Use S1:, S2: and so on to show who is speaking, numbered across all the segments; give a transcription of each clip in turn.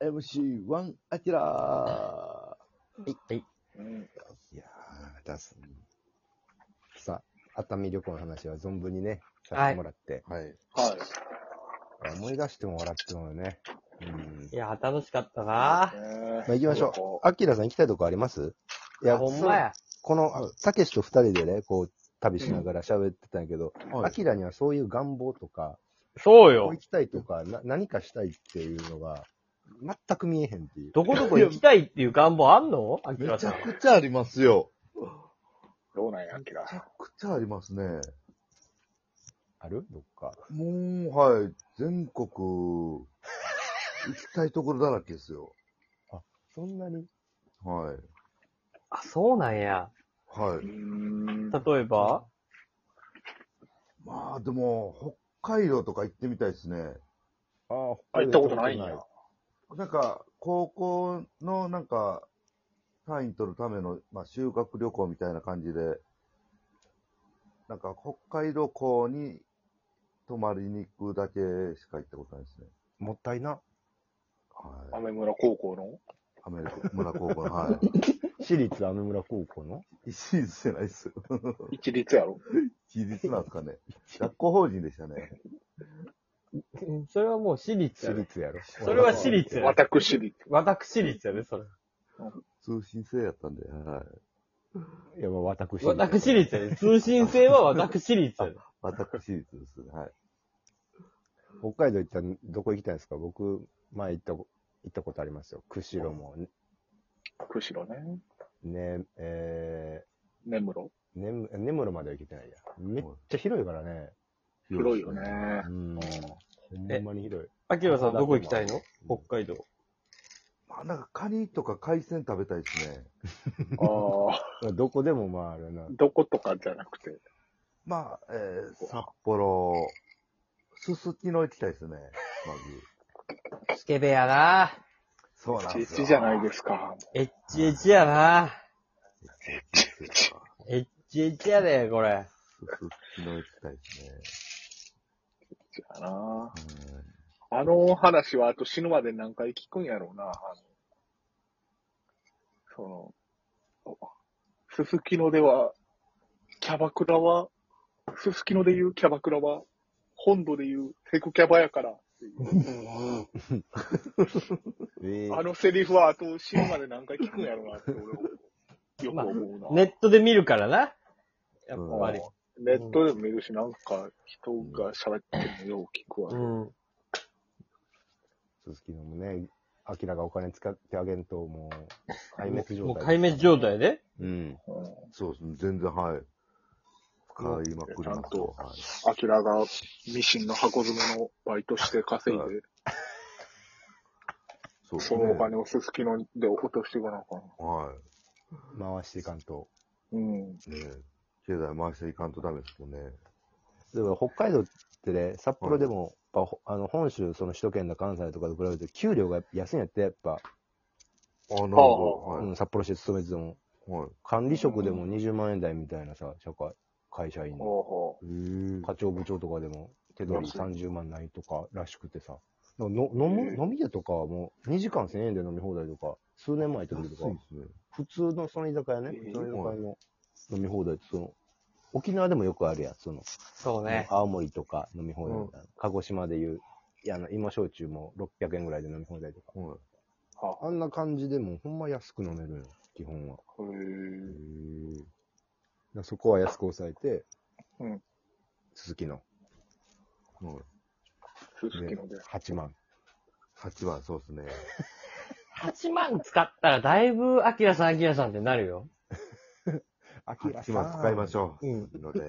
S1: 4MC1 アキラ
S2: はい、はい。
S3: うん。
S2: いやー、出す。さあ、熱海旅行の話は存分にね、させてもらって。
S4: はい。
S3: はい。
S2: いや思い出しても笑ってもらうね。うん。
S5: いや、楽しかったな。
S3: ね
S2: まあ、行きましょう。アキラさん行きたいとこありますい
S5: ほんまや。
S2: この、たけしと二人でね、こう、旅しながら喋ってたんやけど、
S4: はい
S2: アキラにはそういう願望とか、
S5: そう
S2: こう
S5: よ
S2: 行。きたいとか、な何かしたいっていうのが、全く見えへんっていう。
S5: どこどこ行きたいっていう願望あんのアキ
S4: め
S5: ラ
S4: ち
S5: さ
S4: ゃ
S5: ん。
S4: くちゃありますよ。
S3: どうなんや、アキ
S4: め
S3: ラ。
S4: ちゃくちゃありますね。
S2: あるどっか。
S4: もう、はい。全国、行きたいところだらけですよ。
S2: そんなに
S4: はい。
S5: あ、そうなんや。
S4: は
S3: う
S4: い。
S3: ん。
S5: 例えば
S4: まあ、でも、北海道とか行ってみたいですね。
S2: ああ、
S3: あ、行ったことないんや。
S4: なんか、高校の、なんか、単位取るための、まあ、修学旅行みたいな感じで、なんか、北海道校に泊まりに行くだけしか行ったことないですね。
S2: もったいな。
S4: は
S3: ア
S4: い。
S3: メ村高校の
S4: アメリカ、村高校の、は
S2: 私立雨村高校の
S4: い。一律じゃないですよ。
S3: 一律やろ。
S4: 一律なんですか ね。学校法人でしたね。
S5: うんそれはもう私立や
S2: 私
S5: ね。
S2: 立やろ。
S5: それは私立やね。
S3: 私立。
S5: 私立やね、それ。
S4: 通信制やったんで、はい。
S2: いや、まあ私立。
S5: 私立やね。通信制は私立やね。
S4: 私立ですね。はい。
S2: 北海道行ったらどこ行きたいですか僕、前行ったこ、行ったことありますよ。釧路も、ね、
S3: 釧路ね。
S2: ねえ
S3: 根室。
S2: ー、ねむ、根室までは行けてないや。めっちゃ広いからね。
S3: 黒いよね。。
S2: うん。ほんまに広い。
S5: アキラさんどこ行きたいの
S2: 僕
S5: 北海道。
S4: まあ、なんか、カニとか海鮮食べたいですね。
S3: ああ、
S2: どこでもまああるな。
S3: どことかじゃなくて。
S4: まあ、えー、札幌、すすきの行きたいですね。まず。
S5: スケベやな。
S4: そうなん
S3: 一
S4: ですよ。
S3: 律じゃないですか。
S5: エッチエッチやな。
S4: すす
S5: エッチエッチやで、これ。
S4: きの行きたいです
S3: じゃあな。
S4: ね。うん
S3: あの話はあと死ぬまで何回聞くんやろうな。あのその、おすすきのでは、キャバクラは、すすきので言うキャバクラは、本土で言うセクキャバやからっていう。
S2: え
S3: あのセリフはあと死ぬまで何回聞くんやろうなって俺はよく思うな。
S5: ネットで見るからな。やっぱり。
S3: ネットでも見るし、なんか人が喋ってるのよう聞くわ。
S5: うん。
S2: 鈴木のもね、アキラがお金使ってあげんと、もう、壊滅
S5: も
S2: 状
S5: う
S2: 態。
S5: 壊滅状態で。
S2: うん。
S4: そうですね。全然、はい。使いまくりま
S3: ちゃん
S4: す
S3: と
S4: よ。はい
S3: アキラがミシンの箱詰めのバイトして稼いで、
S4: そうです
S3: そ
S4: ね
S3: のお金をすすきので落としていかなあかん。
S4: は
S2: 回していかんと。
S3: うん。
S4: い。ね経済回していかんとダメですもんね。
S2: だから北海道ってね、札幌でも、やっぱほあの本州、その首都圏の関西とかと比べて、給料が安いんやって、やっぱ、
S4: あ、なんか、
S3: あ
S4: は
S2: う
S4: い。
S2: ん、札幌市勤めてても、
S4: はい。
S2: 管理職でも20万円台みたいなさ、社会、会社員の、
S3: ほうほ
S4: えー、
S2: 課長部長とかでも、手取り30万ないとからしくてさ、だからの飲む飲み屋とかはもう2時間1000円で飲み放題とか、数年前行った時とか
S4: 安い、ですね。
S2: 普通のその居酒屋ね、
S3: えー
S2: 普通の居酒屋の飲み放題って、その、沖縄でもよくあるやん、その、
S5: そうね。
S2: 青森とか飲み放題みたいな、鹿児島でいう、いや、あの、芋焼酎も600円ぐらいで飲み放題とか。
S4: はい。
S3: うはあ
S2: あんな感じでもうほんま安く飲めるよ、基本は。だか
S3: へえ
S4: え
S2: らそこは安く抑えて、
S3: うん。
S2: 鈴木の
S4: ー、はい。
S3: すすきので。
S2: 8万。
S4: 8番、そうですね。
S5: 8万使ったらだいぶ、アキラさん、アキラさんってなるよ。
S2: あき
S4: 8番使いましょう。
S5: うん
S4: ので、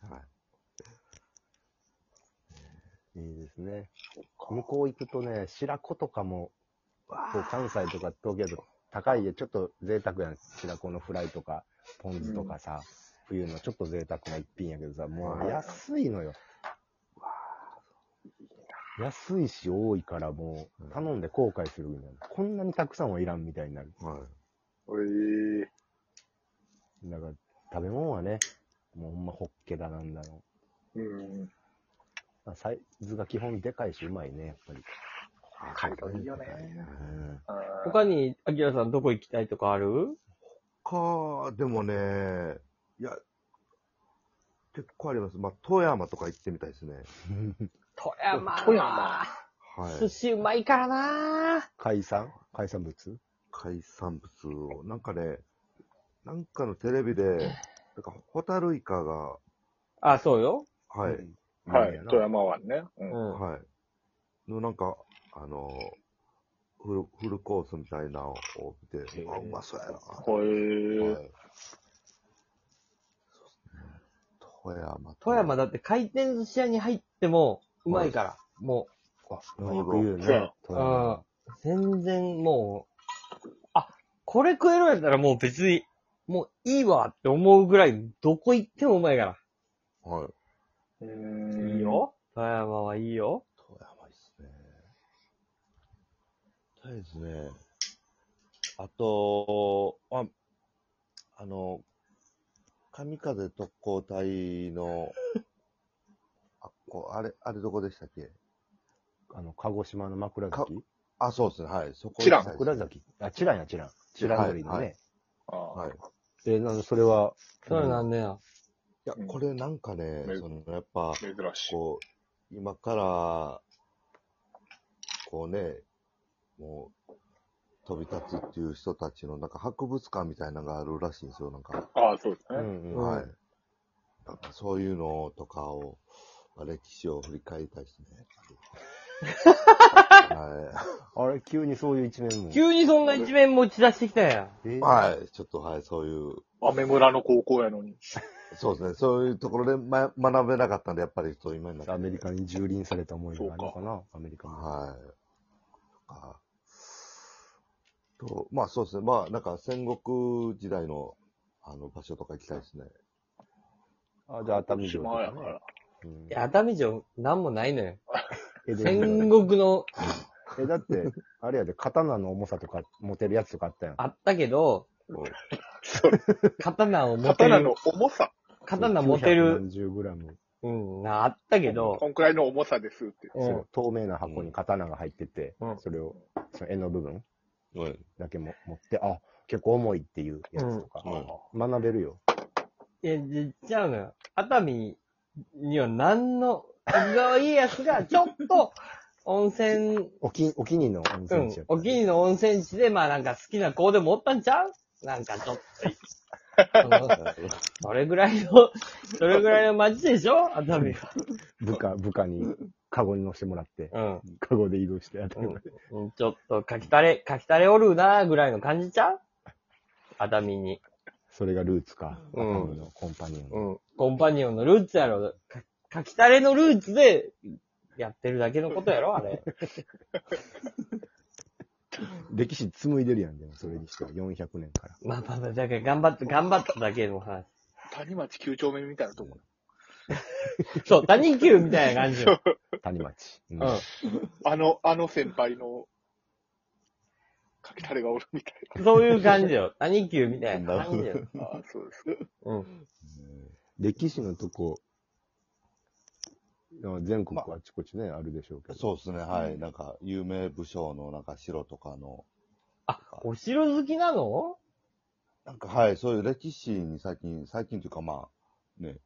S4: はい。
S2: う。いいですね。向こう行くとね、白子とかも、こう関西とか東京とか高いで、ちょっと贅沢やん。白子のフライとか、ポン酢とかさ、冬のちょっと贅沢な一品やけどさ、もう安いのよ。安いし多いからもう、頼んで後悔するみたいな。こんなにたくさんはいらんみたいになる。
S4: はい。
S3: へえ
S2: だから、食べ物はね、もうほんまホッケだなんだろ
S3: うん。
S2: う。サイズが基本でかいし、うまいね、やっぱり。
S3: 海道いいよね。
S2: うん
S3: うん
S5: 他に、アキラさんどこ行きたいとかある
S4: か、でもね、いや、結構あります。まあ、富山とか行ってみたいですね。
S5: 富山
S3: 富山
S4: はい。
S5: 寿司うまいからな
S2: 海産海産物
S4: 海産物を、なんかね、なんかのテレビで、なんか、ホタルイカが、
S5: あ、そうよ。
S4: はい、
S3: はい、富
S2: 富山。
S3: 山湾ね。う
S5: うんん。
S4: はい。の、なんか、あの、フルフルコースみたいなのを見て、あ、うまそうやな。
S3: こういう
S4: はいそうですね。富山。
S5: 富山だって回転寿司屋に入っても、うまいから、も
S2: あよく言う
S3: そうや
S2: ね
S5: う。
S3: ろ。
S2: 富山
S5: うん。全然もう、あ、これ食えるんやったらもう別に、もういいわって思うぐらい、どこ行ってもうまいか
S4: はい。
S5: ら。
S3: い
S5: いい。よ。富山はいいよ。
S4: 富山いいっすね。たいですね。あと、あ、あの、神風特攻隊の、 あ、こう、あれ、あれどこでしたっけ
S2: あの、鹿児島の枕崎
S4: あ、そうですね、はい。そこ
S3: 知らん
S4: 行きたい
S2: 枕
S4: ですね
S2: 崎あ、チランや、チラン。チラン鳥の
S4: はいは
S2: ね。
S3: あー
S4: はい。い
S2: え、なんでそれは、
S5: そうなんだよ。
S4: や、これなんかね、
S3: うん
S4: その、やっぱ、
S3: 珍しい。
S4: こう、今から、こうね、もう、飛び立つっていう人たちの、なんか博物館みたいなのがあるらしいんですよ、なんか。
S3: ああ、そうです
S2: う
S3: ね。
S2: んうん。
S4: はい。なんかそういうのとかを、まあ歴史を振り返りたい ですね。は
S2: あれ、急にそういう一面も。
S5: 急にそんな一面持ち出してきたやん。
S2: えー
S4: い。はい。ちょっと、はい、そういう、
S3: 雨村の高校やのに。
S4: そうですね。そういうところで、ま、学べなかったんで、やっぱり、そう、今になって。
S2: アメリカに蹂躙された思いがあるのかなアメリカも。
S4: はい。とか。と、まあそうですね。まあ、なんか戦国時代の、あの、場所とか行きたいですね。
S2: あ、じゃあ熱海城と
S3: 島や
S2: か
S3: か
S2: ね
S3: ら。。
S2: うん
S5: いや、熱海城、なんもないのよ。
S2: えで
S5: 戦国の
S2: え、だって、あれやで、刀の重さとか持てるやつとかあったやん。
S5: あったけど、
S4: こう
S3: それ、
S5: 刀を持てる。
S3: 刀の重さ。
S5: 刀持てる。
S2: 9 0 0ム。
S5: うん、なあったけど
S3: こ、んくらいの重さですって。
S5: う
S2: そ
S5: ん
S2: の、透明な箱に刀が入ってて、
S5: うん
S2: それを、その絵の部分
S4: はい。
S2: だけも持って、あ、結構重いっていうやつとか、学べるよ。
S5: え、じちゃうのよ。熱海には何の、徳川家康がちょっと、温泉、
S2: おき、おきにの温
S5: う
S2: 泉
S5: ん
S2: 地や、った
S5: お気に入りの温泉地で、まあなんか好きな子でもおったんちゃうなんかちょっ と、うんそれぐらいの、それぐらいの街でしょ熱海は。
S2: 部下、部下に、カゴに乗せてもらって、
S5: うん。
S2: カゴで移動して、あたり前
S5: うん、ちょっと、かきたれ、かきたれおるなぐらいの感じちゃう熱海に。
S2: それがルーツか、熱
S5: うん
S2: 海のコンパニオン。
S5: ん。コンパニオンのルーツやろ。かかきたれのルーツで、やってるだけのことやろあ れ。
S2: 歴史紡いでるやん、でも、それにしては400年から。
S5: まあまあまあ、だから頑張って、頑張っただけの話。
S3: 谷町九丁目みたいなとこ。
S5: そう、谷球みたいな感じよ。
S2: 谷町。う
S5: うんん。
S3: あの、あの先輩の、かきたれがおるみたい
S5: そういう感じよ。谷球みたいな感じよ。
S3: な。ああ、そうです。
S5: うん。
S2: 歴史のとこ、あ全国あちこちね、あるでしょうけど。
S4: そうですね。はい。なんか、有名武将の、なんか、城とかの、
S5: あ、お城好きなの
S4: なんか、はい、そういう歴史に最近、最近というか、まあ、ね、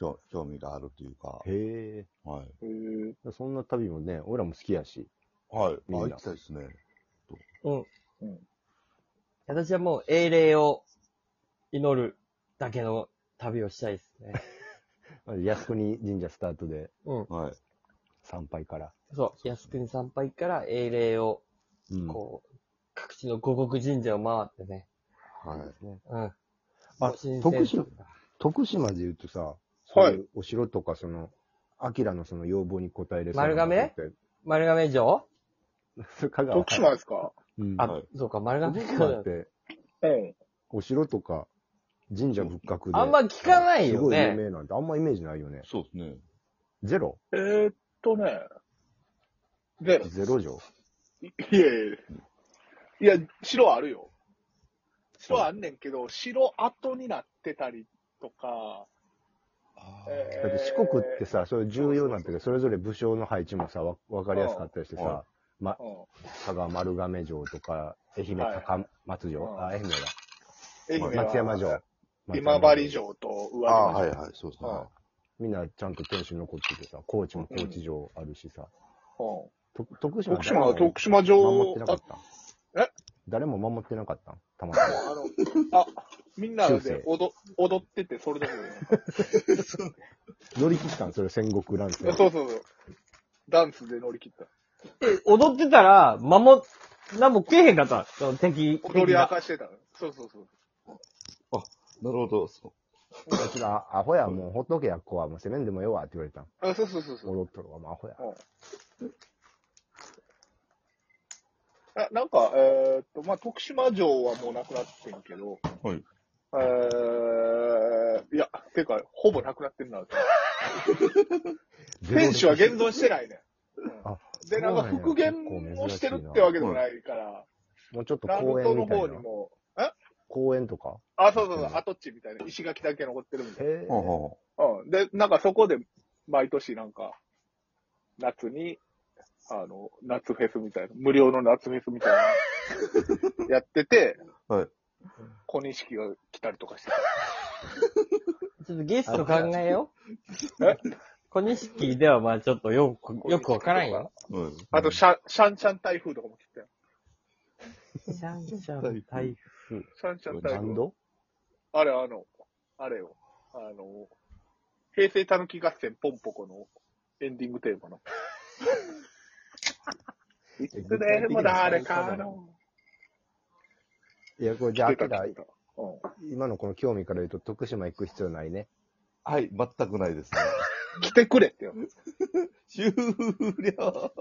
S4: 興興味があるというか、
S2: へ
S4: はい。
S3: へえ
S2: え。そんな旅もね、俺らも好きやし。
S4: はい。
S2: みん
S4: あ、
S2: な
S4: 行きたいですね。
S5: うん。
S3: うん
S5: 私はもう英霊を祈るだけの旅をしたいですね。
S2: 靖国神社スタートで
S5: うん。
S4: はい。
S2: 参拝から。
S5: そう。靖国参拝から英霊を、
S2: うん
S5: こう、各地の五国神社を回ってね。
S4: はい。
S5: うん。
S2: あ
S5: ご神
S2: 徳
S5: 仙
S2: 島
S5: とか
S2: 徳島で言うとさ、
S3: は
S2: はいい。お城とか、その、アキラのその要望に応えれそうな
S5: 丸亀
S2: とこって
S5: 丸亀城
S2: それ香川。
S3: 徳島ですか
S2: うん。
S5: あ、
S4: はい
S5: そうか、丸亀
S2: 徳島
S5: 城
S2: っ。て、
S3: うん。
S2: お城とか、神社仏閣で。
S5: あんま聞かない
S2: す
S5: よ
S2: ごい有
S5: ね。
S2: 名なんて、あんまイメージないよね。
S4: そうですね。
S2: ゼロ
S3: えー、っとね。で、
S2: ゼロ城
S3: いやいやいや、城あるよ。城あんねんけど、城跡になってたりとか、え
S2: だって四国ってさ、そういう重要なんだけど、それぞれ武将の配置もさ、わわかりやすかったりしてさ、
S3: うん
S2: 佐賀丸亀城とか、愛媛
S3: はい
S2: 高松城、
S3: うん
S2: あ、愛媛だ。
S3: 愛媛は
S2: 松山城。松山
S3: 今治。城と上
S4: ああ、
S3: 野
S4: はい
S3: 城
S4: はい、そうですね。
S3: うん
S2: みんなちゃんと天守残っててさ、高知も高知城あるしさ。
S3: うん
S2: と徳島
S3: 徳島は
S2: 誰も
S3: 徳島城
S2: 守ってなか
S3: あ
S2: ったん
S3: え
S2: 誰も守ってなかったんたまたま。
S3: あの、あ、みんな
S2: 中世
S3: で踊踊ってて、それだけで、
S2: 乗り切ったんそれ戦国乱世。
S3: そうそうそう。ダンスで乗り切った。
S5: で踊ってたら、守、何も食えへんかった。その敵、
S3: 踊
S5: 敵
S3: り明
S5: が。
S3: かしてたの。そうそうそう。
S4: なるほど。そう
S2: こっちがアホや、もうほっとけや、子は、もうせめんでもよわ、って言われたん。
S3: あそうそうそうそう。
S2: 戻っとるわ、もうアホや。
S3: あなんか、えーっと、まあ、徳島城はもうなくなってんけど、
S4: はい。
S3: えー、いや、てか、ほぼなくなってんな。天守は現存してないね。
S2: あ
S3: で、なんか復元をしてるってわけでもないから、
S2: もうちょっと
S3: ナル
S2: 公
S3: ト
S2: 園
S3: の
S2: みたい
S3: 方に
S2: な。
S3: も、
S2: 公園とか
S3: あ、そうそうそう、跡地みたいな、石垣だけ残ってるみたいな。
S2: へ
S4: ほう
S2: ぇ。
S4: ほ
S3: うん。で、なんかそこで、毎年なんか、夏に、あの、夏フェスみたいな、無料の夏フェスみた いな、やってて、
S4: はい。
S3: 小錦が来たりとかして
S5: ちょっとゲスト考えよう
S3: え。
S5: 小錦ではまあちょっとよく、よくわからんよ。
S4: う。うん。
S3: あと、シャン、シャンシャン台風とかも来てたよ。
S5: シャンシャ ン台風。
S3: シャンシャン台
S2: バン
S3: 風。
S2: ド
S3: あれ、あの、あれよ。あの、平成たぬき合戦ポンポコのエンディングテー マの。いつでも誰かの。
S2: いや、これじゃあ、
S3: 来て
S2: 明
S3: た
S2: ら
S3: 来てたうん。
S2: 今のこの興味から言うと、徳島行く必要ないね。
S4: はい、全くないですね。
S3: 来てくれってよ。
S4: 終了